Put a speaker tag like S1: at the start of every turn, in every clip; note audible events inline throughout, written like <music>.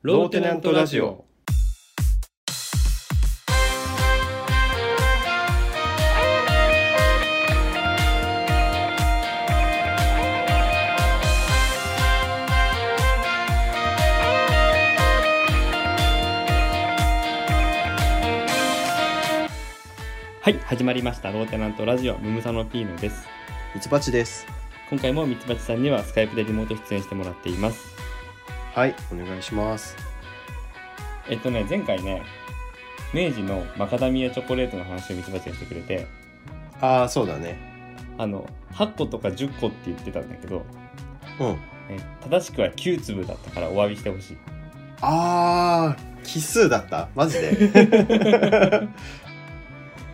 S1: ローテナントラジオ。はい、始まりました。ローテナントラジオムムサノピーノです。
S2: ミツバチです。
S1: 今回もミツバチさんにはスカイプでリモート出演してもらっています。
S2: はい、お願いします。
S1: えっとね、前回ね、明治のマカダミアチョコレートの話をミツバチがしてくれて、
S2: ああ、そうだね。
S1: あの、8個とか10個って言ってたんだけど、
S2: うん。
S1: え正しくは9粒だったからお詫びしてほしい。
S2: ああ、奇数だった。マジ <laughs> で。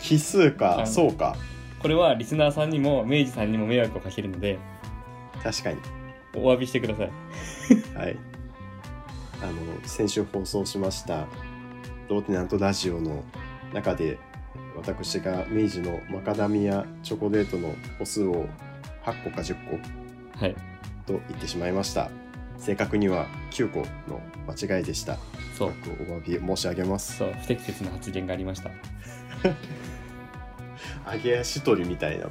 S2: 奇数
S1: は
S2: か、
S1: い
S2: そうか。
S1: これはリスナーさんにも明治さんにも迷惑をかけるので、
S2: 確かに。
S1: お詫びしてください。
S2: はい。あの、先週放送しました。ローテナントラジオの中で。私が明治のマカダミアチョコレートの個数を8個か10個
S1: はい。
S2: と言ってしまいました正確には9個の間違いでした
S1: そう。
S2: 深くお詫び申し上げます
S1: そう、不適切な発言がありました。
S2: 揚げ足取りみ <laughs> たいな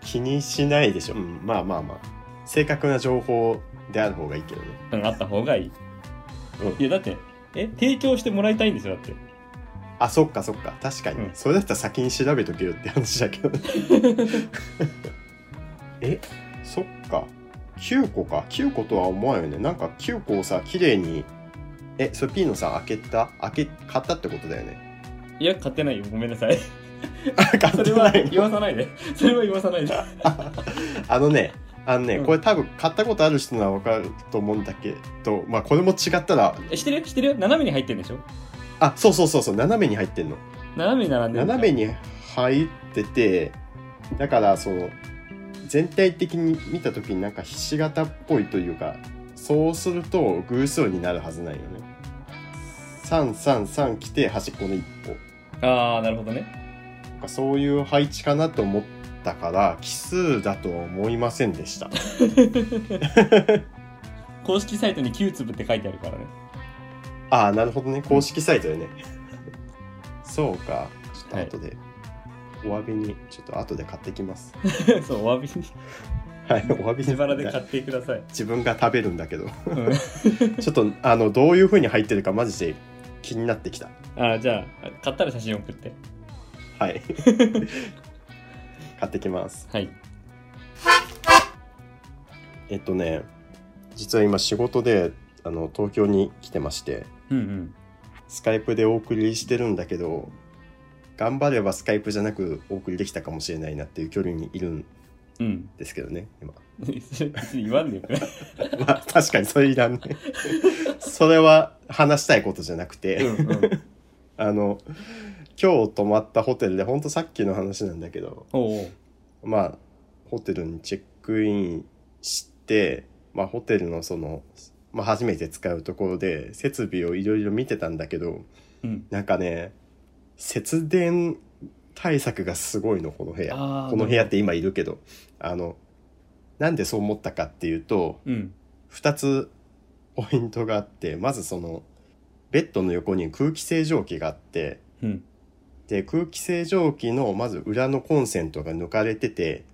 S2: 気にしないでしょ、うん、まあまあまあ正確な情報である方がいいけどね
S1: うんあった方がいい。
S2: うん
S1: いや、だって、え、提供してもらいたいんですよ、だって。
S2: あそっかそっか確かに、
S1: うん
S2: それだったら先に調べとけよって話だけ <laughs> どねえそっか9個か9個とは思わんよねなんか9個をさ綺麗にえそれピーノさん開けた開け買ったってことだよ <laughs> ね
S1: いや、買ってないよ。ごめんなさい。
S2: 買
S1: <laughs>
S2: っ
S1: それ
S2: て
S1: は
S2: ないの
S1: 言わさないで。 <laughs> それは言わさないで。
S2: あのね、あのね、
S1: うん
S2: これ多分買ったことある人ならわかると思うんだけど、まあこれも違ったら、
S1: えしてるよしてるよ斜めに入ってんでしょ
S2: あ、そうそうそうそう、斜めに入ってんの。
S1: 斜めに並んでる
S2: 斜め
S1: に。
S2: に入ってて、だからその、全体的に見たときになんかひし形っぽいというか、そうすると偶数になるはずないよね。333来て端っこの1
S1: ああ、なるほどね。
S2: 個。そういう配置かなと思ったから、奇数だとは思いませんでした。
S1: 公式サイトに9粒って書いてあるからね。 <laughs>
S2: ああ、なるほどね。公式サイトでね。そうか。ちょっと後で、お詫びに、ちょっと後で買ってきます。
S1: そう、お詫びに。
S2: はい、お詫びに。
S1: 自腹で買ってください。
S2: 自分が食べるんだけど、
S1: うん
S2: <laughs> ちょっと、あの、どういう風に入ってるか、マジで気になってきた。
S1: あーじゃあ、買ったら写真送って。 <laughs>
S2: はい。買ってきます。
S1: はい。
S2: えっとね、実は今仕事で、あの、東京に来てまして、
S1: うんうん。
S2: スカイプでお送りしてるんだけど、頑張ればスカイプじゃなくお送りできたかもしれないなっていう距離にいるん
S1: うん。
S2: ですけどね、今。 <laughs>
S1: それ別に言わんで <laughs> よくない。
S2: まあ確かにそれいらんね <laughs> それは話したいことじゃなくて、
S1: うんうん。
S2: あの今日泊まったホテルでほんとさっきの話なんだけど
S1: <laughs> おうおう。
S2: まあホテルにチェックインして、まあ、ホテルのその、まあ、初めて使うところで設備をいろいろ見てたんだけど
S1: うん。
S2: なんかね節電対策がすごいのこの部屋
S1: あー
S2: この部屋っ。て今いるけどあのなんでそう思ったかっていうと
S1: うん。
S2: 2つポイントがあってまずそのベッドの横に空気清浄機があって
S1: うん。
S2: で空気清浄機のまず裏のコンセントが抜かれてて、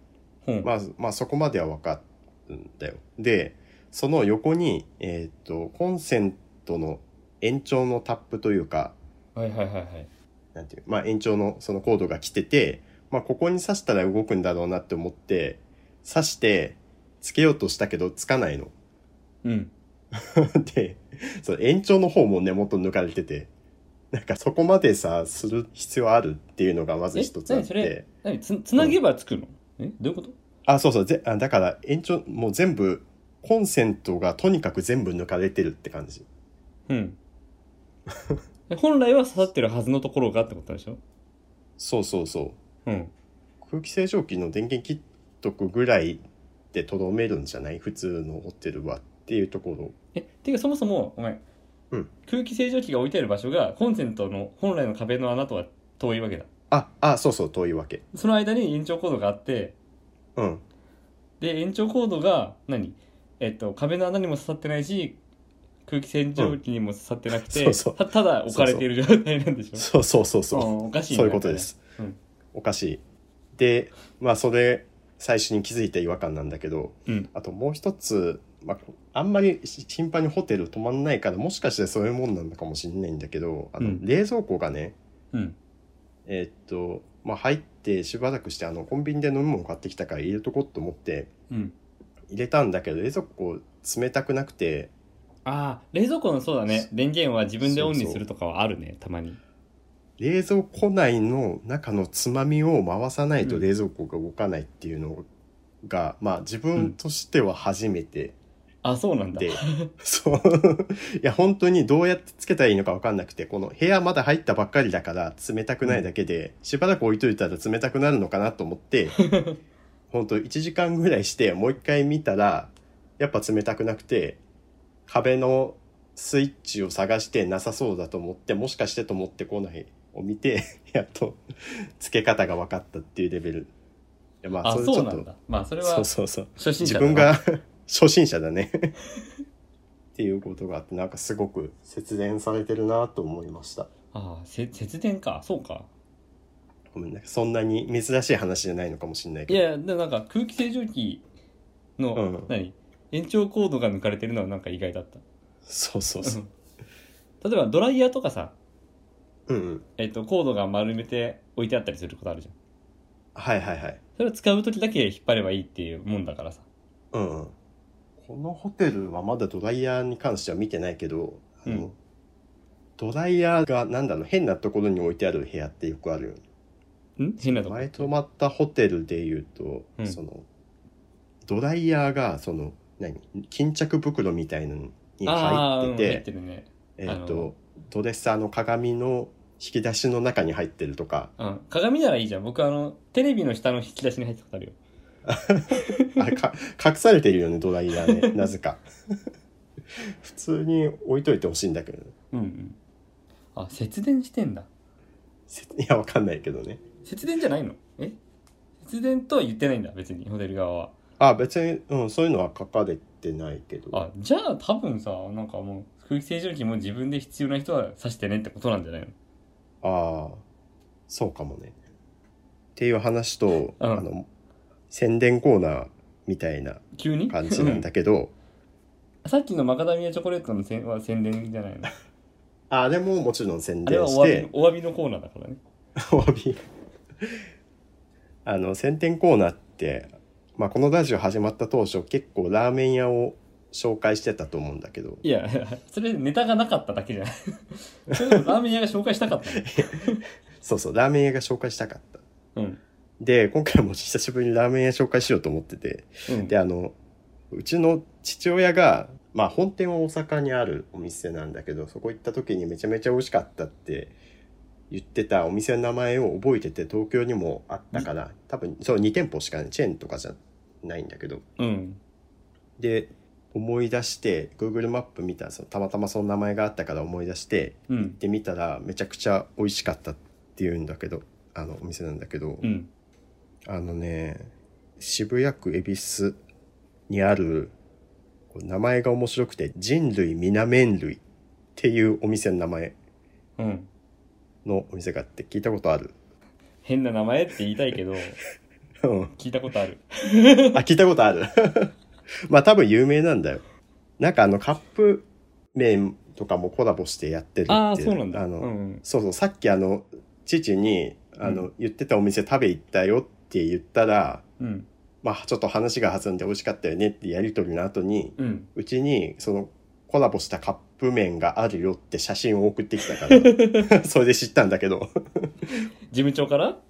S1: うん。
S2: まあ、まあそこまでは分かるんだよ。でその横に、えー、とコンセントの延長のタップというか
S1: はいはいはいはい。
S2: なんていう、まあ、延長のそのコードが来てて、まあ、ここに挿したら動くんだろうなって思って挿してつけようとしたけどつかないの。
S1: うん。
S2: で、その延長の方も根元抜かれてて、なんかそこまでさ、する必要あるっていうのがまず一つ
S1: え
S2: あっ
S1: 何それ
S2: て。
S1: 何つ、つなげばつくのえどういうこと
S2: あ、そうそう、ぜあだから延長、もう全部、コンセントがとにかく全部抜かれてるって感じ。
S1: <laughs> うん。本来は刺さってるはずのところがってことでしょ
S2: そうそうそう。
S1: うん。
S2: 空気清浄機の電源切っとくぐらいでとどめるんじゃない普通のホテルはっていうところ。
S1: え、ていうかそもそも、ごめん。
S2: うん
S1: 空気清浄機が置いてある場所が、コンセントの本来の壁の穴とは遠いわけだ。
S2: あ、あ、そうそう、遠いわけ。
S1: その間に延長コードがあって、
S2: うん。
S1: で、延長コードが何、えっと、壁の穴にも刺さってないし、空気洗浄機にも刺さってなくて、
S2: うんそうそう
S1: たただ置かれている状態なんでしょ
S2: そうそうそうそう、
S1: うんおかしいね
S2: そういうことです、
S1: うん
S2: おかしいでまあそれ最初に気づいた違和感なんだけど
S1: うん
S2: あともう一つ、まあ、あんまり頻繁にホテル泊まんないからもしかしてそういうもんなのかもしれないんだけどあ
S1: う
S2: の
S1: ん
S2: 冷蔵庫がね、
S1: うん
S2: えーっと、まあ、入ってしばらくしてあのコンビニで飲み物買ってきたから入れとこうと思って
S1: うん
S2: 入れたんだけど冷蔵庫冷たくなくて
S1: ああ冷蔵庫のそうだね電源は自分でオンにするとかはあるねたまに
S2: 冷蔵庫内の中のつまみを回さないと
S1: うん
S2: 冷蔵庫が動かないっていうのが、まあ自分としては初めて
S1: あそうなんだ
S2: で、 <laughs> そういや本当にどうやってつけたらいいのか分かんなくてこの部屋まだ入ったばっかりだから冷たくないだけで、しばらく置いといたら冷たくなるのかなと思って
S1: <laughs>
S2: 本当1時間ぐらいしてもう一回見たらやっぱ冷たくなくて壁のスイッチを探してなさそうだと思ってもしかしてと思ってこないを見て <laughs> やっと付け方が分かったっていうレベルいやまあ
S1: あ
S2: それち
S1: そう
S2: ょっ
S1: なん
S2: と
S1: だまあそれは
S2: そう
S1: 初
S2: そうそう
S1: 心者
S2: 自
S1: だな
S2: 分が <laughs> 初心者だね <laughs> っていうことがあってなんかすごく節電されてるなと思いました
S1: ああせ節電かそうか
S2: ごめんねそんなに珍しい話じゃないのかもしれない
S1: い
S2: けど
S1: やでもなんか空気清浄機の、
S2: うん
S1: 何延長コードが抜かれてるのはなんか意外だった
S2: そうそうそう
S1: うん例えばドライヤーとかさ、
S2: うん、うん、
S1: えっとコードが丸めて置いてあったりすることあるじゃん
S2: はいはいはい
S1: それを使う時だけ引っ張ればいいっていうもんだからさ
S2: うん、うん、このホテルはまだドライヤーに関しては見てないけど、あの
S1: うん
S2: ドライヤーがなんだろう変なところに置いてある部屋ってよくあるよね
S1: ん変なとこ
S2: 前泊まったホテルでいうと、
S1: うん
S2: そのドライヤーがその何巾着袋みたいのに
S1: ああー
S2: 入っ
S1: うん
S2: てて、
S1: 入ってるね
S2: えっ、
S1: あ
S2: と
S1: の
S2: ドレッサーの鏡の引き出しの中に入ってるとか
S1: うん鏡ならいいじゃん僕あのテレビの下の引き出しに入ってたことあるよ
S2: あれか <laughs> 隠されてるよねドライヤー
S1: <laughs>
S2: ねなぜか普通に置いといてほしいんだけどね
S1: うんうんあ節電してんだ
S2: せいやわかんないけどね
S1: 節電じゃないのえ節電とは言ってないんだ別にホテル側は
S2: あ別に、うん、そういうのは書かれてないけど
S1: あじゃあ多分さなんかもう空気清浄機も自分で必要な人はさしてねってことなんじゃないの
S2: あーそうかもねっていう話と、
S1: うん
S2: あの宣伝コーナーみたいな
S1: 急に
S2: 感じなんだけど
S1: うんさっきのマカダミアチョコレートのせんは宣伝じゃないの
S2: <laughs> あれももちろん宣
S1: あれ
S2: 伝
S1: は
S2: し
S1: お詫び
S2: て
S1: のお詫びのコーナーだからね
S2: お詫び <laughs> あの宣伝コーナーって、まあ、このラジオ始まった当初結構ラーメン屋を紹介してたと思うんだけど
S1: いや <laughs> それネタがなかっただけじゃない <laughs> それでもラーメン屋が紹介したかったの
S2: そうそうラーメン屋が紹介したかっ
S1: <laughs>
S2: た
S1: うん
S2: で今回も久しぶりにラーメン屋紹介しようと思ってて
S1: うん
S2: であのうちの父親が、まあ、本店は大阪にあるお店なんだけどそこ行った時にめちゃめちゃ美味しかったって言ってたお店の名前を覚えてて東京にもあったから多分そう2店舗しかねチェーンとかじゃないんだけど
S1: うん
S2: で思い出して Google マップ見たらそのたまたまその名前があったから思い出して
S1: う
S2: 行
S1: ん
S2: ってみたらめちゃくちゃ美味しかったっていうんだけどあのお店なんだけど、
S1: うん
S2: あのね渋谷区恵比寿にあるこう名前が面白くて人類皆麺類っていうお店の名前
S1: うん
S2: のお店があって聞いたことある
S1: 変な名前って言いたいけど
S2: うん
S1: 聞いたことある
S2: あ、聞いたことある。 <laughs> まあ多分有名なんだよ。なんかあのカップ麺とかもコラボしてやってるって
S1: ああそうなんだ
S2: あの、
S1: うん
S2: そうそう、さっきあの、父に、あの、
S1: う
S2: 言ってたお店食べ行ったよって言ったら、
S1: うん
S2: まあちょっと話が弾んで美味しかったよねってやりとりの後に、
S1: うん
S2: うちにそのコラボしたカップ麺があるよって写真を送ってきたから、それで知ったんだけど、
S1: 事務長から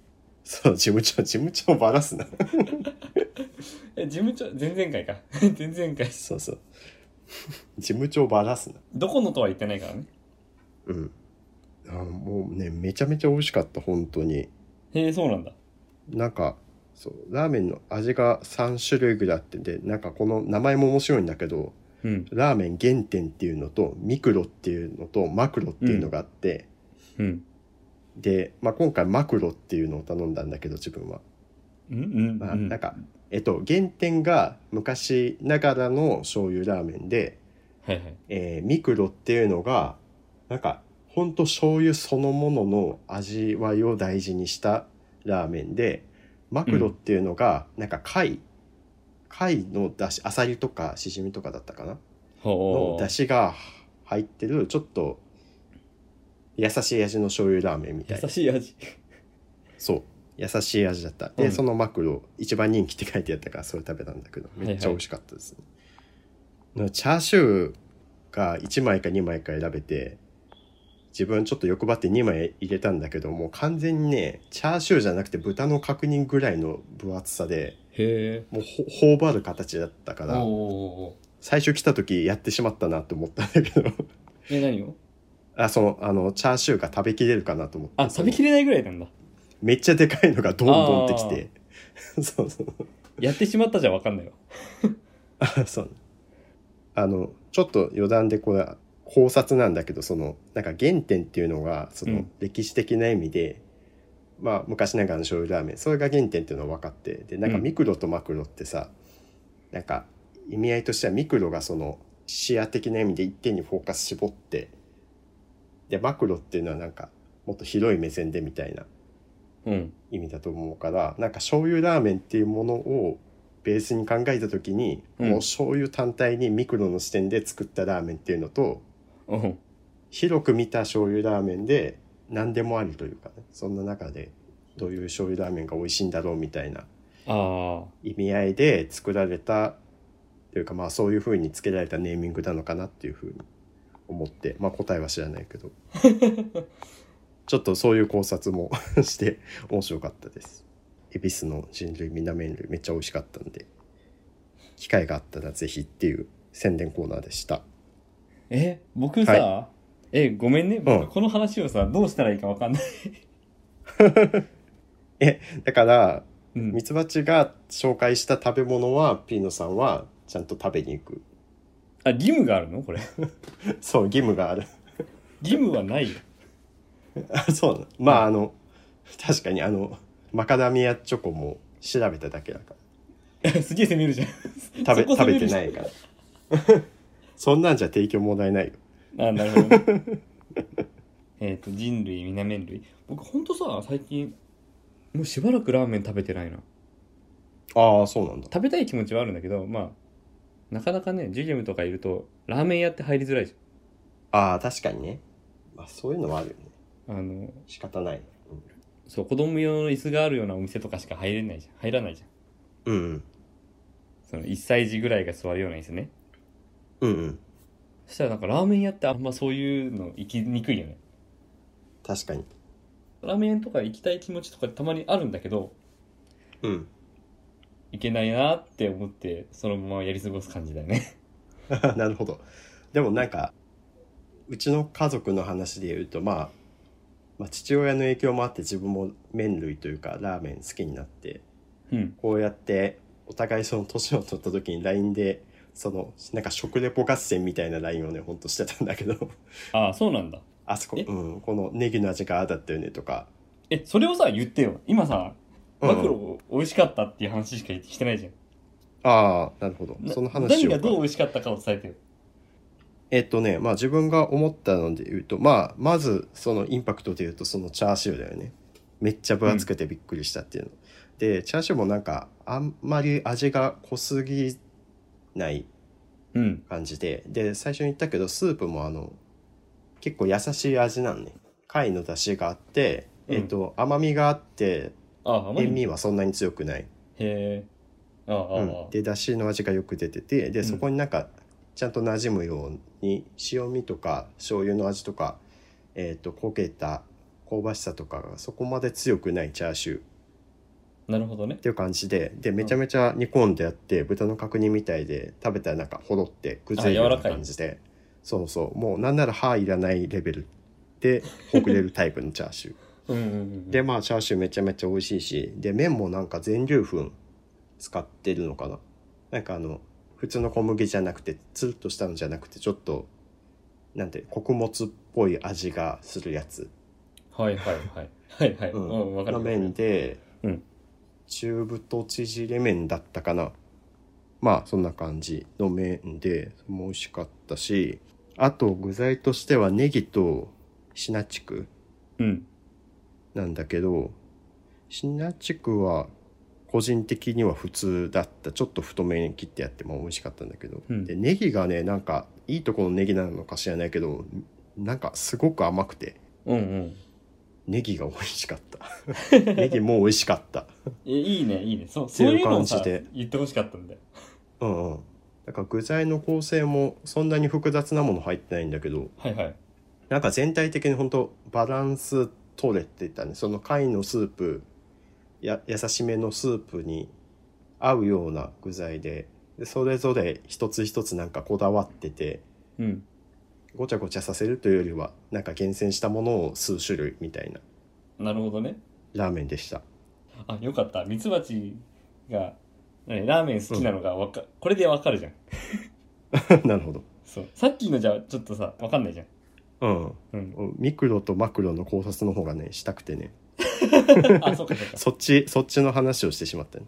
S2: そう、事務長、事務長バラすな。
S1: え事務長前々回か <laughs> 前々回
S2: そうそう。事務長バラすな。
S1: どこのとは言ってないからね
S2: うん。あもうね、めちゃめちゃ美味しかった、本当に。
S1: へえそうなんだ
S2: なんか、そう、ラーメンの味が3種類ぐらいあって、で、なんかこの名前も面白いんだけど、
S1: うん
S2: ラーメン原点っていうのと、ミクロっていうのと、マクロっていうのがあって、
S1: うん
S2: で、まあ、今回マクロっていうのを頼んだんだけど、自分は。
S1: うんうん
S2: まあ、
S1: うん
S2: なんか、えっと、原点が昔ながらの醤油ラーメンで、
S1: はいはい。
S2: えーミクロっていうのがなんかほんと醤油そのものの味わいを大事にしたラーメンでマクロっていうのがなんか貝、貝のだしアサリとかシジミとかだったかな
S1: ほ
S2: の
S1: う。
S2: だしが入ってるちょっと優しい味の醤油ラーメンみたいな
S1: 優しい味。
S2: そう優しい味だったで、
S1: うん
S2: そのマクロ一番人気って書いてあったからそれ食べたんだけどめっちゃ美味しかったですね、チャーシューが1枚か2枚か選べて自分ちょっと欲張って2枚入れたんだけどもう完全にねチャーシューじゃなくて豚の角煮ぐらいの分厚さで
S1: へ
S2: もうほ頬張る形だったか
S1: え。
S2: ら
S1: おー
S2: 最初来た時やってしまったなと思ったんだけど <laughs>
S1: え、何を
S2: あそのあのチャーシューが食べきれるかなと思って
S1: あ、食べきれないぐらいなんだ。
S2: めっちゃでかいのがどんどんってきて <laughs> そうそう
S1: やってしまったじゃわかんないわ。
S2: あ <laughs> そうあのちょっと余談でこれ考察なんだけどそのなんか原点っていうのがそうの
S1: ん
S2: 歴史的な意味で、まあ昔ながらの醤油ラーメンそれが原点っていうのは分かってでなんか
S1: うん
S2: ミクロとマクロってさ、なんか意味合いとしてはミクロがその視野的な意味で一点にフォーカス絞ってでマクロっていうのはなんかもっと広い目線でみたいな
S1: うん。
S2: 意味だと思うからなんか醤油ラーメンっていうものをベースに考えた時に、
S1: うん
S2: もう醤油単体にミクロの視点で作ったラーメンっていうのと
S1: うん。
S2: 広く見た醤油ラーメンで何でもあるというかねそんな中でどういう醤油ラーメンが美味しいんだろうみたいな
S1: あ
S2: 意味合いで作られたというかまあそういう風につけられたネーミングなのかなっていう風に思ってまあ答えは知らないけどちょっとそういう考察も <laughs> して面白かったです恵比寿の人類みんな麺類めっちゃ美味しかったんで機会があったらぜひっていう宣伝コーナーでした
S1: ー。え、僕さ、
S2: は
S1: え、ごめんね。
S2: うん
S1: 僕この話をさ、どうしたらいいかわかんない。
S2: だから
S1: うん
S2: ミ。ツバチが紹介した食べ物はピーノさんはちゃんと食べに行く
S1: あ、義務があるのこ <laughs> れ。
S2: そう義務がある
S1: 義務はないよ。
S2: あ <laughs> そうなのまああの確かにあのマカダミアチョコも調べただけだから
S1: <laughs> すげえ攻めるじゃん。そ
S2: 食べ
S1: こ
S2: 食
S1: 攻め
S2: べ
S1: る
S2: てないから <laughs> そんなんじゃ提供問題ないよ
S1: あなるほど <laughs> ねえっと人類みな麺類僕ほんとさ最近もうしばらくラーメン食べてないな
S2: ああそうなんだ
S1: 食べたい気持ちはあるんだけどまあなかなかねジュゲムとかいるとラーメン屋って入りづらいじ
S2: ああ確かにね、まあ、そういうのはあるよね
S1: ゃんあの
S2: 仕方ない、
S1: そう子供用の椅子があるようなお店とかしか入れないじゃん入らないじゃん
S2: うん、うん
S1: その1歳児ぐらいが座るような椅子ね
S2: うんうん
S1: そしたらなんかラーメン屋ってあんまそういうの行きにくいよね
S2: 確かに
S1: ラーメン屋とか行きたい気持ちとかたまにあるんだけど
S2: うん
S1: 行けないなって思ってそのままやり過ごす感じだよね
S2: <laughs> なるほど。でもなんか、うちの家族の話で言うと、まあ、まあ、父親の影響もあって自分も麺類というかラーメン好きになって、
S1: うん
S2: こうやってお互いその年を取った時に LINE で、その、なんか食レポ合戦みたいな LINE をね、ほんとしてたんだけど、 <laughs>
S1: ああそうなんだ
S2: あそこ、
S1: え
S2: うん、このネギの味がああだったよねとか、
S1: え、それをさ、言ってよ。今さ、
S2: うん
S1: マ
S2: うん
S1: クロ美味しかったっていう話しかしてないじゃん。
S2: ああ、なるほど。
S1: な
S2: その話
S1: 何
S2: を
S1: がどう美味しかったかを伝えてよ。
S2: えっとね、まあ自分が思ったので言うと、まあ、まずそのインパクトで言うとそのチャーシューだよね。めっちゃ分厚くてびっくりしたっていうの。で、チャーシューもなんかあんまり味が濃すぎない
S1: うん。
S2: 感じで、で、最初に言ったけど、スープもあの、結構優しい味なのね。貝の出汁があって、
S1: うん
S2: えっと、甘みがあって、
S1: ああ、甘い
S2: 塩
S1: ね。
S2: 味はそんなに強くない。
S1: へえ。ああ、ああ、
S2: うん、でだしの味がよく出ててで
S1: ん
S2: そこになんかちゃんと馴染むように塩味とか醤油の味とか、えー、と焦げた香ばしさとかがそこまで強くないチャーシューっ
S1: なるほどね。
S2: ていう感じででめちゃめちゃ煮込んであって、豚の角煮みたいで食べたらなんかほろって崩れるような
S1: あ柔らかい
S2: 感じでそうそうもうなんなら歯いらないレベル
S1: <laughs>
S2: でほぐれるタイプのチャーシュー。
S1: うんうんうん。
S2: でまあチャーシューめちゃめちゃ美味しいしで麺もなんか全粒粉使ってるのかななんかあの普通の小麦じゃなくてつるっとしたのじゃなくてちょっとなんて穀物っぽい味がするやつ、
S1: はいはいはい。はいはい。
S2: う
S1: うんん、わかる
S2: の。麺で、
S1: うん
S2: 中太縮れ麺だったかなまあそんな感じの麺でもう美味しかったしあと具材としてはネギとシナチク
S1: うん
S2: なんだけどシナチクは個人的には普通だったちょっと太めに切ってやっても美味しかったんだけど、
S1: うん
S2: でネギがねなんかいいとこのネギなのか知らないけどなんかすごく甘くて
S1: うんうん
S2: ネギが美味しかった
S1: <laughs>
S2: ネギも美味しかった
S1: えいいねいいねそう
S2: て
S1: そ
S2: いう
S1: ういうのをさ
S2: 感じで
S1: 言ってほしかったんだよ
S2: うんうんだから具材の構成もそんなに複雑なもの入ってないんだけど
S1: はいはい
S2: なんか全体的に本当バランス取れてたねその貝のスープや優しめのスープに合うような具材ででそれぞれ一つ一つなんかこだわってて
S1: うん
S2: ごちゃごちゃさせるというよりはなんか厳選したものを数種類みたいな
S1: なるほどね
S2: ラーメンでした <laughs>
S1: あよかったミツバチが何ラーメン好きなのがわか、これでわかるじゃん
S2: なるほど
S1: そうさっきのじゃあちょっとさわかんない <laughs> じゃん
S2: うん
S1: うん、
S2: ミクロとマクロの考察の方がねしたくてね
S1: あそうかそうか
S2: そっち、そっちの話をしてしまったね。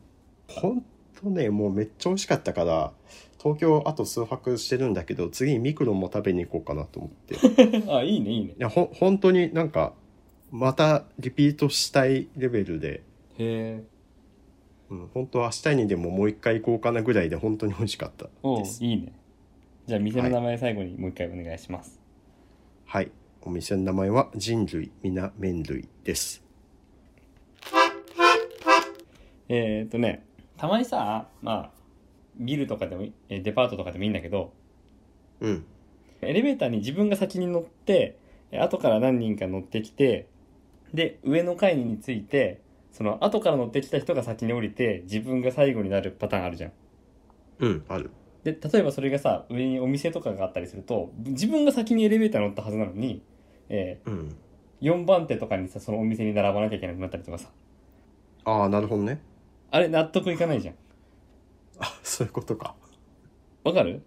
S2: ほんとね、もうめっちゃ美味しかったから、東京あと数泊してるんだけど、次ミクロンも食べに行こうかなと思 <laughs> って。い
S1: <laughs> あいいねいいね
S2: や、ほん、本当になんか、またリピートしたいレベルで、
S1: へえ
S2: うん、本当明日にでももう一回行こうかなぐらいで本当に美味しかった
S1: おう
S2: です。
S1: いいねじゃあ店の名前最後にもう一回お願いします、
S2: はい。お店の名前は人類、皆麺類です。
S1: えー、っとねたまにさまあビルとかでもいえーデパートとかでもいいんだけど
S2: うん。
S1: エレベーターに自分が先に乗ってえ後から何人か乗ってきてで上の階についてその後から乗ってきた人が先に降りて自分が最後になるパターンあるじゃん
S2: うん、ある。
S1: で例えばそれがさ上にお店とかがあったりすると自分が先にエレベーター乗ったはずなのに、え
S2: うん。
S1: ー、4番手とかにさそのお店に並ばなきゃいけなくなったりとかさ
S2: ああ、なるほどね。
S1: あれ納得いかないじゃん
S2: あ、そういうことか。
S1: わかる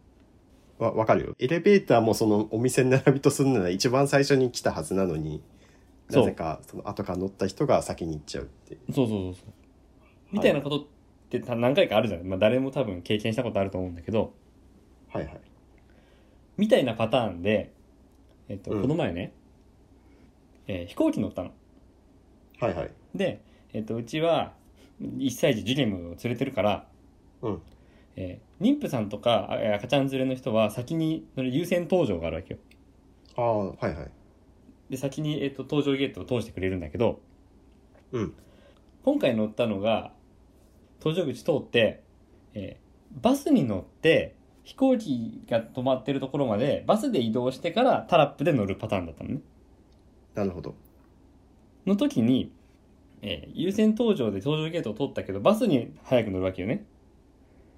S2: わ、わかるよ。エレベーターもそのお店に並びとするなら一番最初に来たはずなのに、
S1: そう
S2: なぜかその後から乗った人が先に行っちゃうって。
S1: そうそうそうそうみたいなことってた何回かあるじゃん、まあ、誰も多分経験したことあると思うんだけど
S2: はいはい。
S1: みたいなパターンで、えっと、
S2: うん
S1: この前ね、えー飛行機乗ったの。
S2: はいはい。
S1: で、えっと、うちは、1歳児ジュゲムを連れてるから、
S2: うん。
S1: えー妊婦さんとかあえー赤ちゃん連れの人は先に乗る優先搭乗があるわけよ。
S2: ああ、はいはい。
S1: で、先に、えっと、搭乗ゲートを通してくれるんだけど、
S2: うん。
S1: 今回乗ったのが、搭乗口通って、えーバスに乗って、飛行機が止まってるところまで、バスで移動してからタラップで乗るパターンだったのね。
S2: なるほど。
S1: の時に、えー優先搭乗で搭乗ゲートを通ったけどバスに早く乗るわけよね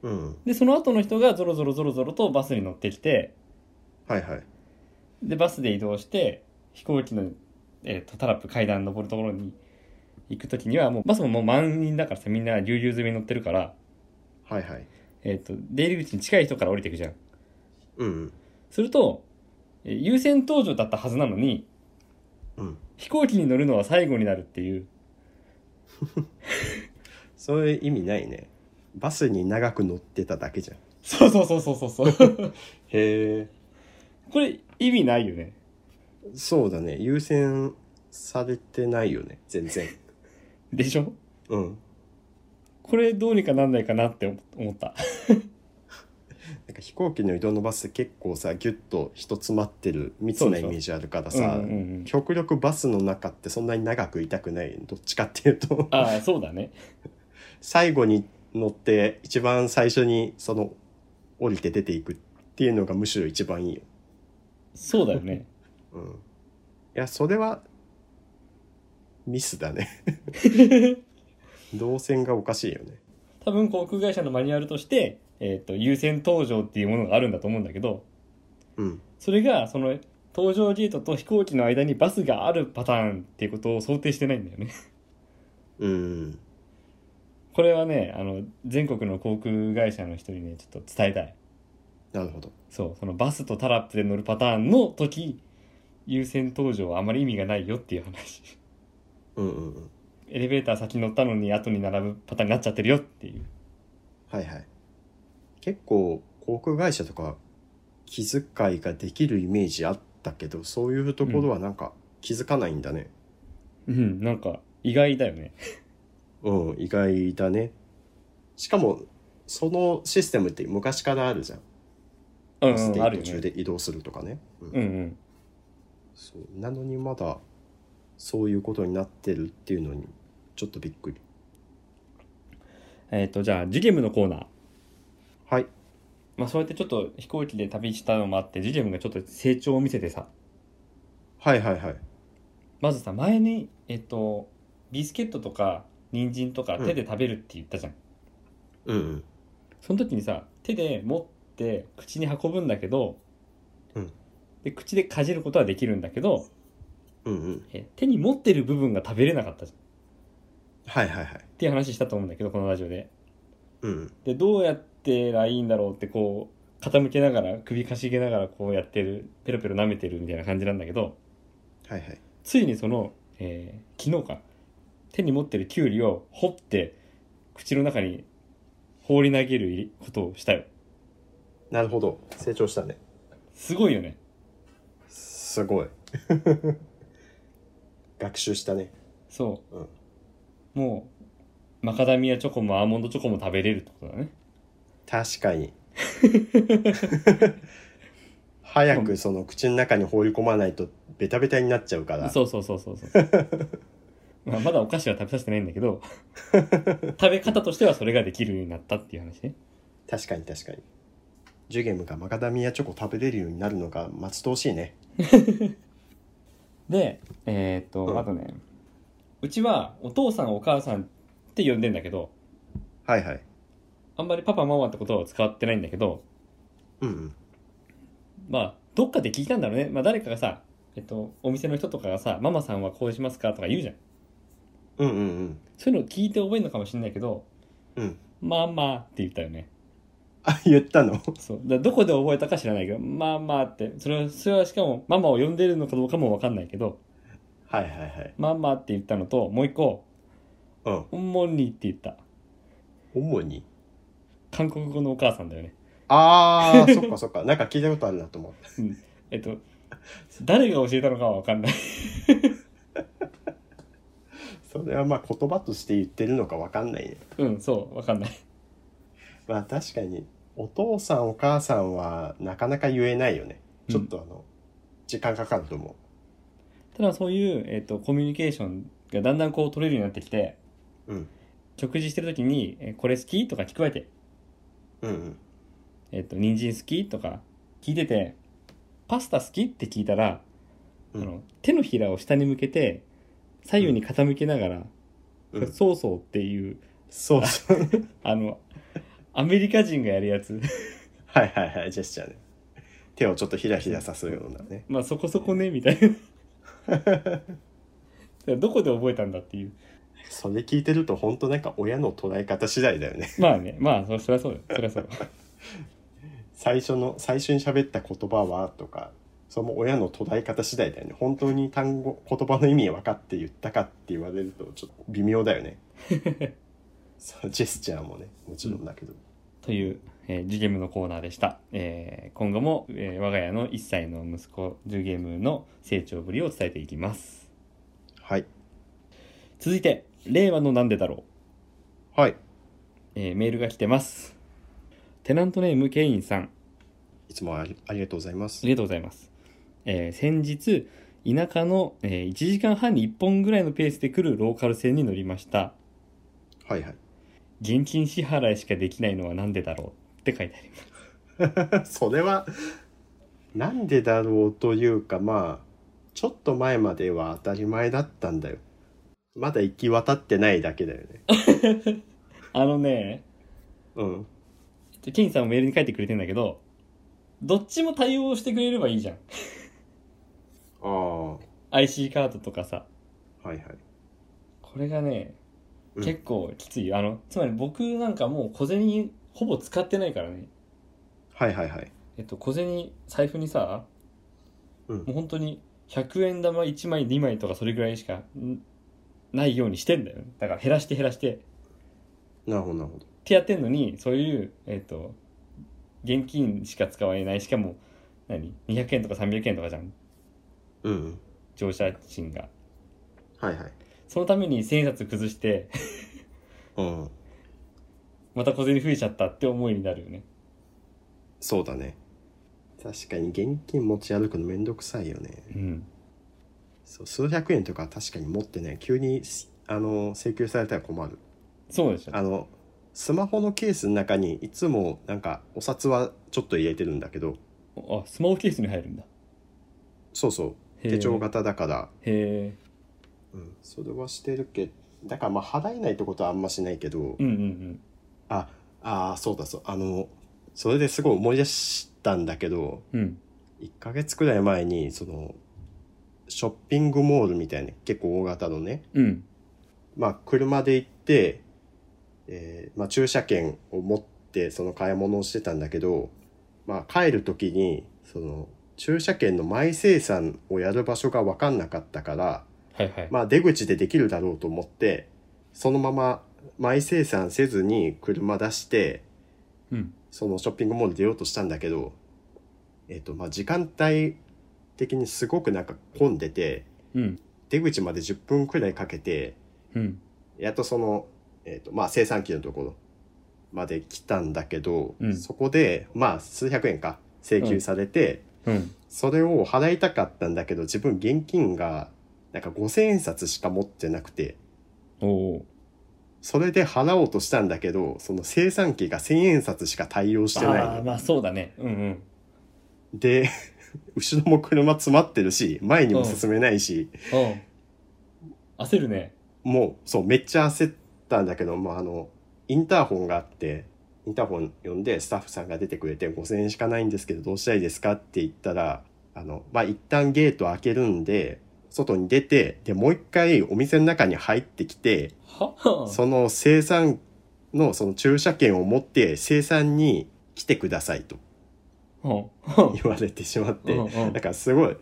S2: うん。
S1: でその後の人がゾロゾロゾロゾロとバスに乗ってきて
S2: はいはい。
S1: でバスで移動して飛行機の、えーとタラップ階段登るところに行く時にはもうバスももう満員だからさみんなぎゅうぎゅう詰めに乗ってるから、
S2: はいはい。
S1: えー、と出入り口に近い人から降りていくじゃん
S2: うん。
S1: すると、えー優先搭乗だったはずなのに
S2: うん。
S1: 飛行機に乗るのは最後になるっていう
S2: そういう意味ないね。バスに長く乗ってただけじゃん。
S1: そうそうそうそうそうそう
S2: へえ。
S1: <laughs> これ意味ないよね
S2: そうだね。優先されてないよね。全然。
S1: でしょ
S2: うん。
S1: これどうにかなんないかなって思った。
S2: なんか飛行機の移動のバスって結構さギュッと人詰まってる密なイメージあるからさ、
S1: うんうんうん、
S2: 極力バスの中ってそんなに長くいたくないどっちかっていうと <laughs>
S1: ああ、そうだね。
S2: 最後に乗って一番最初にその降りて出ていくっていうのがむしろ一番いいよ。
S1: そうだよね。
S2: うん、いやそれはミスだね動線がおかしいよね。
S1: 多分航空会社のマニュアルとして、えっ、と、優先搭乗っていうものがあるんだと思うんだけど、
S2: うん、
S1: それが、その、搭乗ゲートと飛行機の間にバスがあるパターンっていうことを想定してないんだよね。 <laughs>
S2: うん、
S1: これはね、あの、全国の航空会社の人にね、ちょっと伝えたい。
S2: なるほど。
S1: そう、そのバスとタラップで乗るパターンの時、優先搭乗はあまり意味がないよっていう話。
S2: うんうんうん、
S1: エレベーター先乗ったのに後に並ぶパターンになっちゃってるよっていう。
S2: はいはい。結構航空会社とか気遣いができるイメージあったけどそういうところはなんか気づかないんだね
S1: うん、なんか意外だよね。
S2: うん、意外だねしかもそのシステムって昔からあるじゃん
S1: うん、
S2: バス
S1: う
S2: 停
S1: ん、ある
S2: 途
S1: よ
S2: 中
S1: ね。
S2: で移動するとかね、うん
S1: うんうん。
S2: そうなのにまだそういうことになってるっていうのにちょっとびっくり
S1: えっ、と、じゃあ、ジゲムのコーナー。
S2: はい
S1: まあ、そうやってちょっと飛行機で旅したのもあって、ジゲムがちょっと成長を見せてさ、
S2: はいはいはい
S1: まずさ、前に、えっ、と、ビスケットとか、人参とか
S2: うん
S1: 手で食べるって言ったじゃん。
S2: うんうん
S1: その時にさ、手で持って口に運ぶんだけど、
S2: うん
S1: で、口でかじることはできるんだけど、
S2: うんうん
S1: え手に持ってる部分が食べれなかったじゃん。っ
S2: はいはいはい
S1: ていう話したと思うんだけど、このラジオで。
S2: うん
S1: でどうやってらいいんだろうってこう傾けながら首かしげながらこうやってるペロペロ舐めてるみたいな感じなんだけど
S2: はいはい
S1: ついにその、えー昨日か手に持ってるキュウリを掘って口の中に放り投げることをしたよ
S2: なるほど成長したね
S1: すごいよね
S2: すごい <laughs> 学習したね
S1: そう、
S2: うん
S1: もうマカダミアチョコもアーモンドチョコも食べれるってことだね
S2: 確か <laughs> に早くその口の中に放り込まないとベタベタになっちゃうから
S1: そうそうそうそう
S2: <laughs>
S1: そうまあまだお菓子は食べさせてないんだけど <laughs> 食べ方としてはそれができるようになったっていう話ね
S2: 確かに確かにジュゲムがマカダミアチョコ食べれるようになるのが待ち遠しいね
S1: でえーっと、
S2: うん
S1: あとねうちはお父さんお母さんって呼んでんだけど
S2: はいはい
S1: あんまりパパママって言葉を使ってないんだけど
S2: うんうん
S1: まあどっかで聞いたんだろうね、まあ、誰かがさ、えっと、お店の人とかがさ「ママさんはこうしますか?」とか言うじゃん
S2: うんうんうん
S1: そういうのを聞いて覚えるのかもしれないけど
S2: うん
S1: 「ママ」って言ったよね
S2: あ言ったの
S1: そうだどこで覚えたか知らないけど「ママ」ってそれはそれはしかもママを呼んでるのかどうかも分かんないけど
S2: はいはいはい
S1: 「ママ」って言ったのともう一個
S2: うん
S1: 「オンモニー」って言った
S2: 主に
S1: 韓国語のお母さんだよね
S2: あーそっかそっかなんか聞いたことあるなと思った
S1: えっと、誰が教えたのかは分かんない。
S2: <laughs> それはまあ言葉として言ってるのかわかんないね
S1: うん、そう、分かんない。
S2: まあ確かにお父さんお母さんはなかなか言えないよねちょっとあの、時間かかると思
S1: ただそういう、えっと、コミュニケーションがだんだんこう取れるようになってきて、
S2: ううん
S1: 食事してる時に、えこれ好きとか聞こえて、
S2: うんうん
S1: えっと、人参好きとか聞いてて、パスタ好きって聞いたら、
S2: うん
S1: あの手のひらを下に向けて、左右に傾けながら、
S2: うん
S1: そうそうっていう、
S2: そうそう <laughs>
S1: あの、アメリカ人がやるやつ。 <laughs>
S2: はいはいはいジェスチャーね手をちょっとひらひらさすようなね
S1: まあそこそこね、みたいな。だ
S2: <laughs>
S1: からどこで覚えたんだっていう。
S2: それ聞いてると本当なんか親の捉え方次第だよね <laughs>
S1: まあね、まあ、そそりゃそうよ。そりゃそう。
S2: 最初の最初に喋った言葉はとかその親の捉え方次第だよね本当に単語言葉の意味分かって言ったかって言われるとちょっと微妙だ
S1: <laughs>
S2: よねそのジェスチャーもねもちろんだけど、
S1: という、えー、ジュゲムのコーナーでした。えー今後も、えー我が家の1歳の息子、ジュゲムの成長ぶりを伝えていきます。
S2: はい
S1: 続いて、令和のなんでだろう。
S2: はい
S1: えーメールが来てます。テナントネーム、ケインさん。
S2: いつもありありがとうございま
S1: あ
S2: す
S1: りがとうございます。えー先日、田舎の、え1時間半に1本ぐらいのペースで来るローカル線に乗りました。
S2: はいはい <laughs>
S1: 現金支払いしかできないのはなんでだろうって書いてあります。
S2: それはなんでだろうというかまあちょっと前までは当たり前だったんだよまだ行き渡ってないだけだよね
S1: あのね、
S2: うん
S1: でケインさんもメールに書いてくれてんだけど、どっちも対応してくれればいいじゃん。
S2: ああは
S1: IC カードとかさ。
S2: いはい
S1: これがね、
S2: うん
S1: 結構きついよ。あの、つまり僕なんかもう小銭ほぼ使ってないからね。
S2: はいはいはい
S1: えっと、小銭、財布にさ、
S2: うん
S1: もう本当に100円玉1枚2枚とかそれぐらいしかんないようにしてんだよね。だから減らして減らしてっ
S2: なるほどなるほど
S1: てやってんのに、そういう、えっと、現金しか使われないしかも何200円とか300円とかじゃん
S2: うんうん
S1: 乗車賃が
S2: はいはい
S1: そのために千円札崩して
S2: うん
S1: また小銭増えちゃったって思いになるよね
S2: そうだね確かに現金持ち歩くのめんどくさいよね
S1: うん
S2: そう数百円とか確かに持ってない急にすあの請求されたら困る
S1: そうでしょ
S2: あのスマホのケースの中にいつもなんかお札はちょっと入れてるんだけど
S1: あスマホケースに入るんだ
S2: そうそう
S1: へえ
S2: 手帳型だから、
S1: へえ
S2: うん、それはしてるけだからまあ払えないってことはあんましないけど、
S1: うんうんうん
S2: ああーそうだそうあのそれですごい思い出したんだけど
S1: うん
S2: 1ヶ月くらい前にそのショッピングモールみたいな結構大型のね
S1: うん
S2: まあ車で行って、えーまあ、駐車券を持ってその買い物をしてたんだけど、まあ、帰る時にその駐車券の前生産をやる場所が分かんなかったから、
S1: はいはい、
S2: まあ、出口でできるだろうと思ってそのまま前生産せずに車出して
S1: うん
S2: そのショッピングモール出ようとしたんだけど、えっ、と、まあ、時間帯的にすごくなんか混んでて、
S1: うん
S2: 出口まで10分くらいかけて、
S1: うん
S2: やっとその、えっ、と、まあ、生産機のところまで来たんだけど、
S1: うん
S2: そこで、まあ、数百円か請求されて、
S1: うん
S2: それを払いたかったんだけど、自分現金が、なんか5000円札しか持ってなくて、
S1: おお
S2: それで払おうとしたんだけど、その生産機が1000円札しか対応してないの
S1: ああまあそうだねうんうん
S2: で <laughs> 後ろも車詰まってるし前にも進めないし、
S1: うん焦るね
S2: もうそうめっちゃ焦ったんだけど、まあ、あのインターホンがあってインターホン呼んでスタッフさんが出てくれて「5,000円しかないんですけどどうしたらいいですか?」って言ったらあの、まあ、一旦ゲート開けるんで外に出てでもう一回お店の中に入ってきて
S1: は
S2: その生産のその駐車券を持って生産に来てくださいと
S1: うん
S2: 言われてしまって。
S1: うんうん
S2: だからすごい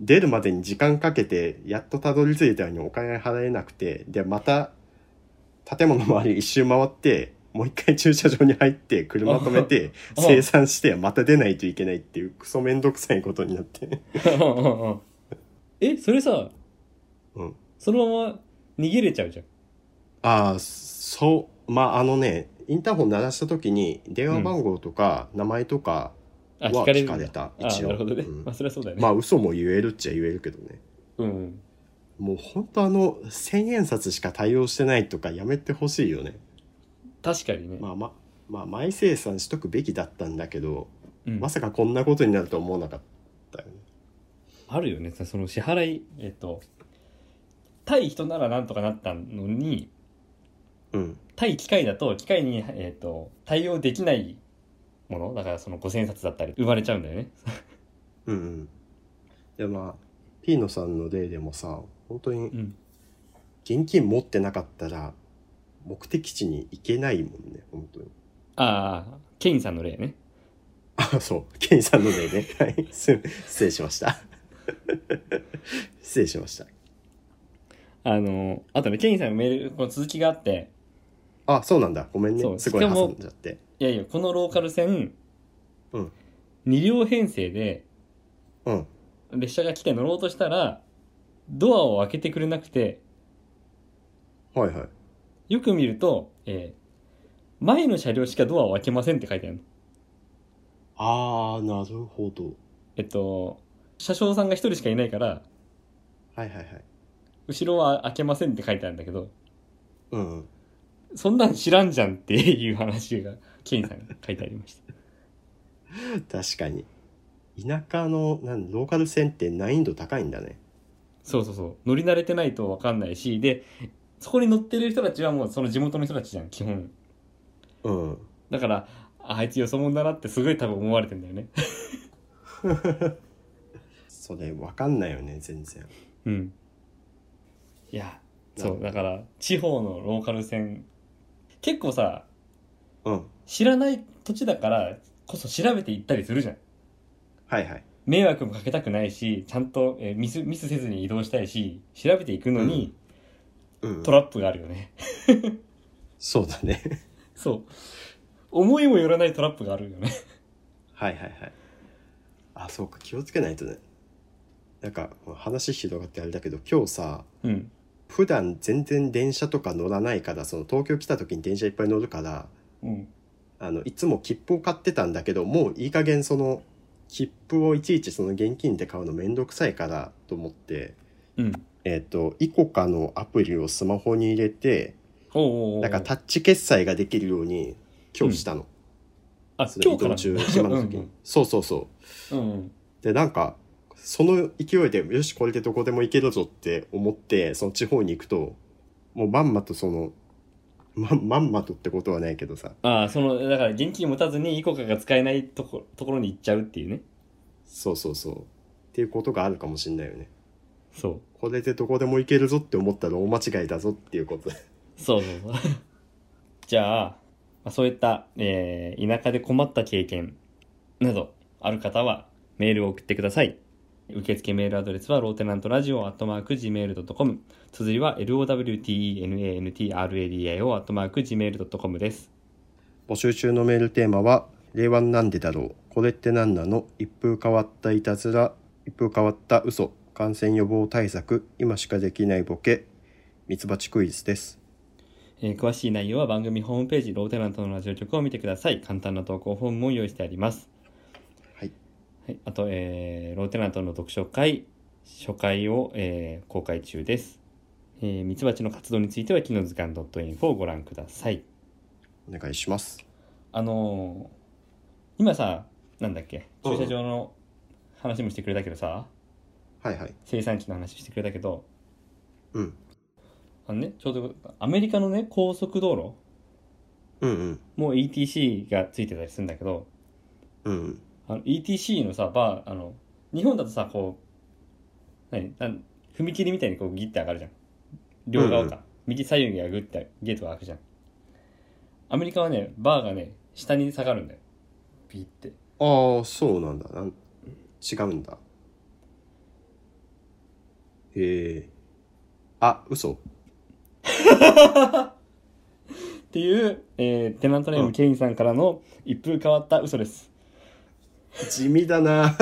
S2: 出るまでに時間かけてやっとたどり着いたのにお金払えなくてでまた建物周り一周回ってもう一回駐車場に入って車止めて
S1: <laughs> あ
S2: 生産してまた出ないといけないっていうクソめんどくさいことになって
S1: うんうんうんえそれさ、
S2: うん
S1: そのまま逃げれちゃうじゃん
S2: ああそうまああのねインターホン鳴らした時に電話番号とか名前とか
S1: あ
S2: は
S1: 聞かれる
S2: 聞
S1: んだ
S2: かれた、
S1: あ
S2: 一
S1: な
S2: 応、
S1: るほどね、
S2: うん
S1: まあそれはそうだよね、
S2: まあ嘘も言えるっちゃ言えるけどね
S1: うん
S2: もうほんとあの千円札しか対応してないとかやめてほしいよね
S1: 確かにね、
S2: まあままあ前生産しとくべきだったんだけど、
S1: うん
S2: まさかこんなことになるとは思わなかったよね
S1: あるよねその支払いえっと対人ならなんとかなったのに
S2: うん
S1: 対機械だと機械に、えっと対応できないものだからその五千円札だったり生まれちゃうんだよね
S2: うんうんでまあピーノさんの例でもさ本当に
S1: うん
S2: 現金持ってなかったら目的地に行けないもんね本当に
S1: ああケインさんの例ね
S2: あそうケンさんの例ねはいす失礼しました失礼しました
S1: あのあとねケインさんのメールこの続きがあって
S2: あそうなんだごめん
S1: そう
S2: ねすごい
S1: しかも
S2: 挟んじゃって
S1: いやいやこのローカル線、
S2: うん
S1: 2両編成で
S2: うん
S1: 列車が来て乗ろうとしたらドアを開けてくれなくて
S2: はいはい
S1: よく見ると、えー前の車両しかドアを開けませんって書いてあるの。
S2: ああ、なるほど。
S1: えっと車掌さんが1人しかいないから
S2: はいはいはい。
S1: 後ろは開けませんって書いてあるんだけど
S2: うんうん。
S1: そんなん知らんじゃんっていう話がケインさんが書いてありました。
S2: 確かに。田舎のなんローカル線って難易度高いんだね。
S1: そうそうそう乗り慣れてないと分かんないしでそこに乗ってる人たちはもうその地元の人たちじゃん基本
S2: うん。
S1: だからああいつよそ者だなってすごい多分思われてんだよね
S2: それわかんないよね、全然。
S1: うんいやそ
S2: な
S1: う
S2: る
S1: だから地方のローカル線結構さ
S2: うん。
S1: 知らない土地だからこそ調べて行ったりするじゃん
S2: はいはい。
S1: 迷惑もかけたくないしちゃんと、えーミスミスせずに移動したいし調べていくのに
S2: うん
S1: トラップがあるよね、 <laughs>
S2: そうだね。
S1: そう思いもよらないトラップがあるよね <laughs>
S2: はいはいはいあそうか気をつけないとねなんか話広がってあれだけど今日さ
S1: うん
S2: 普段全然電車とか乗らないからその東京来た時に電車いっぱい乗るから
S1: うん
S2: あのいつも切符を買ってたんだけどもういい加減その切符をいちいちその現金で買うのめんどくさいからと思って
S1: うん
S2: えっ、とイコカのアプリをスマホに入れて
S1: おうおうおう
S2: なんかタッチ決済ができるように今日したの、
S1: あ
S2: その
S1: 今日か
S2: 移
S1: ら
S2: 動中島の時
S1: う
S2: に
S1: ん
S2: そうそうそう
S1: うんうん
S2: でなんかその勢いでよしこれでどこでも行けるぞって思ってその地方に行くともうまんまとそのままんまとってことはないけどさ
S1: ああそのだから現金持たずにイコカが使えないとこところに行っちゃうっていうね
S2: そうそうそうっていうことがあるかもしんないよね
S1: そう
S2: これでどこでも行けるぞって思ったら大間違いだぞっていうこと
S1: そう <laughs> そうそうじゃあ、まあ、そういった、えー田舎で困った経験などある方はメールを送ってください受付メールアドレスはローテナントラジオアットマーク Gmail.com 綴りは LOWTENANTRADIO アットマーク Gmail.com です
S2: 募集中のメールテーマは「令和のなんでだろうこれって何なの一風変わったいたずら一風変わった嘘感染予防対策今しかできないボケミツバチクイズ」です
S1: えー詳しい内容は番組ホームページローテナントのラジオ局を見てください簡単な投稿フォームも用意してあります
S2: はい、
S1: はい、あと、えーローテナントの読書会初回を、えー公開中ですえーミツバチの活動については木の図鑑 .info をご覧ください
S2: お願いします
S1: あのー今さなんだっけ駐車場の話もしてくれたけどさ
S2: はいはい
S1: 生産機の話してくれたけど
S2: うん
S1: あのねちょうどアメリカのね高速道路
S2: うんうん
S1: もう ETC がついてたりするんだけど
S2: うんうん
S1: あの ETC のさバーあの日本だとさこう何なん踏切みたいにこうギッて上がるじゃん両側か、右左右に上がってゲートが開くじゃんアメリカはねバーがね下に下がるんだよピーって
S2: ああそうなんだなん違うんだへえあ嘘
S1: っていう、えーテナントネー
S2: うん
S1: ムケインさんからの一風変わった嘘です
S2: 地味だな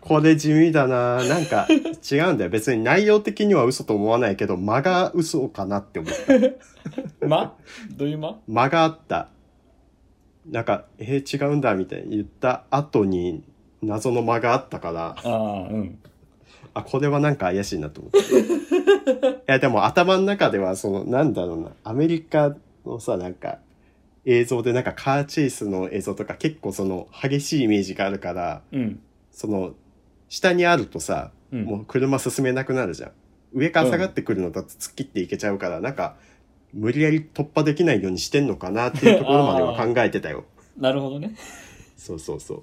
S2: これ地味だななんか違うんだよ別に内容的には嘘と思わないけど間が嘘かなって思った
S1: まどういうま
S2: 間があったなんか「えー違うんだ」みたいに言った後に謎の間があったか
S1: あ
S2: ら
S1: あうん
S2: あこれはなんか怪しいなと思っていやでも頭の中ではそのなんだろうなアメリカのさなんか映像でなんかカーチェイスの映像とか結構その激しいイメージがあるから
S1: うん
S2: その下にあるとさ
S1: うん
S2: もう車進めなくなるじゃん上から下がってくるのだと突っ切っていけちゃうから、なんか無理やり突破できないようにしてんのかなっていうところまでは考えてたよ
S1: なるほどね <laughs>
S2: そうそうそう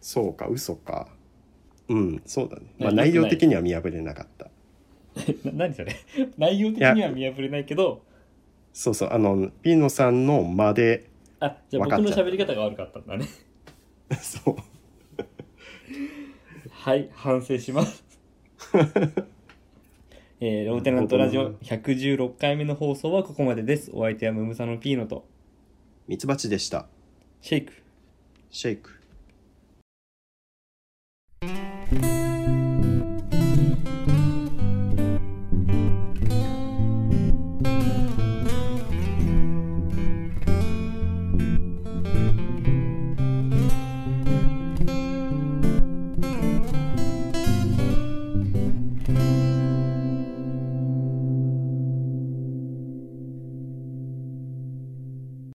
S2: そうか嘘かうんそうだね、まあ、
S1: ね
S2: 内
S1: 良く
S2: 容
S1: ない
S2: 的には見破れなかった
S1: な何それ内容的には見破れないけど
S2: そうそう、あの、ピーノさんの間で、 <laughs>
S1: あじゃあ
S2: わか
S1: 僕
S2: っ
S1: の
S2: ちゃっ
S1: 喋
S2: た
S1: り方が悪かったんだね
S2: そう、
S1: はい反省しますえー、ローテナントラジオ116回目の放送はここまでです。お相手はムムサノピーノと
S2: ミツバチでした。
S1: シェイク。
S2: シェイク。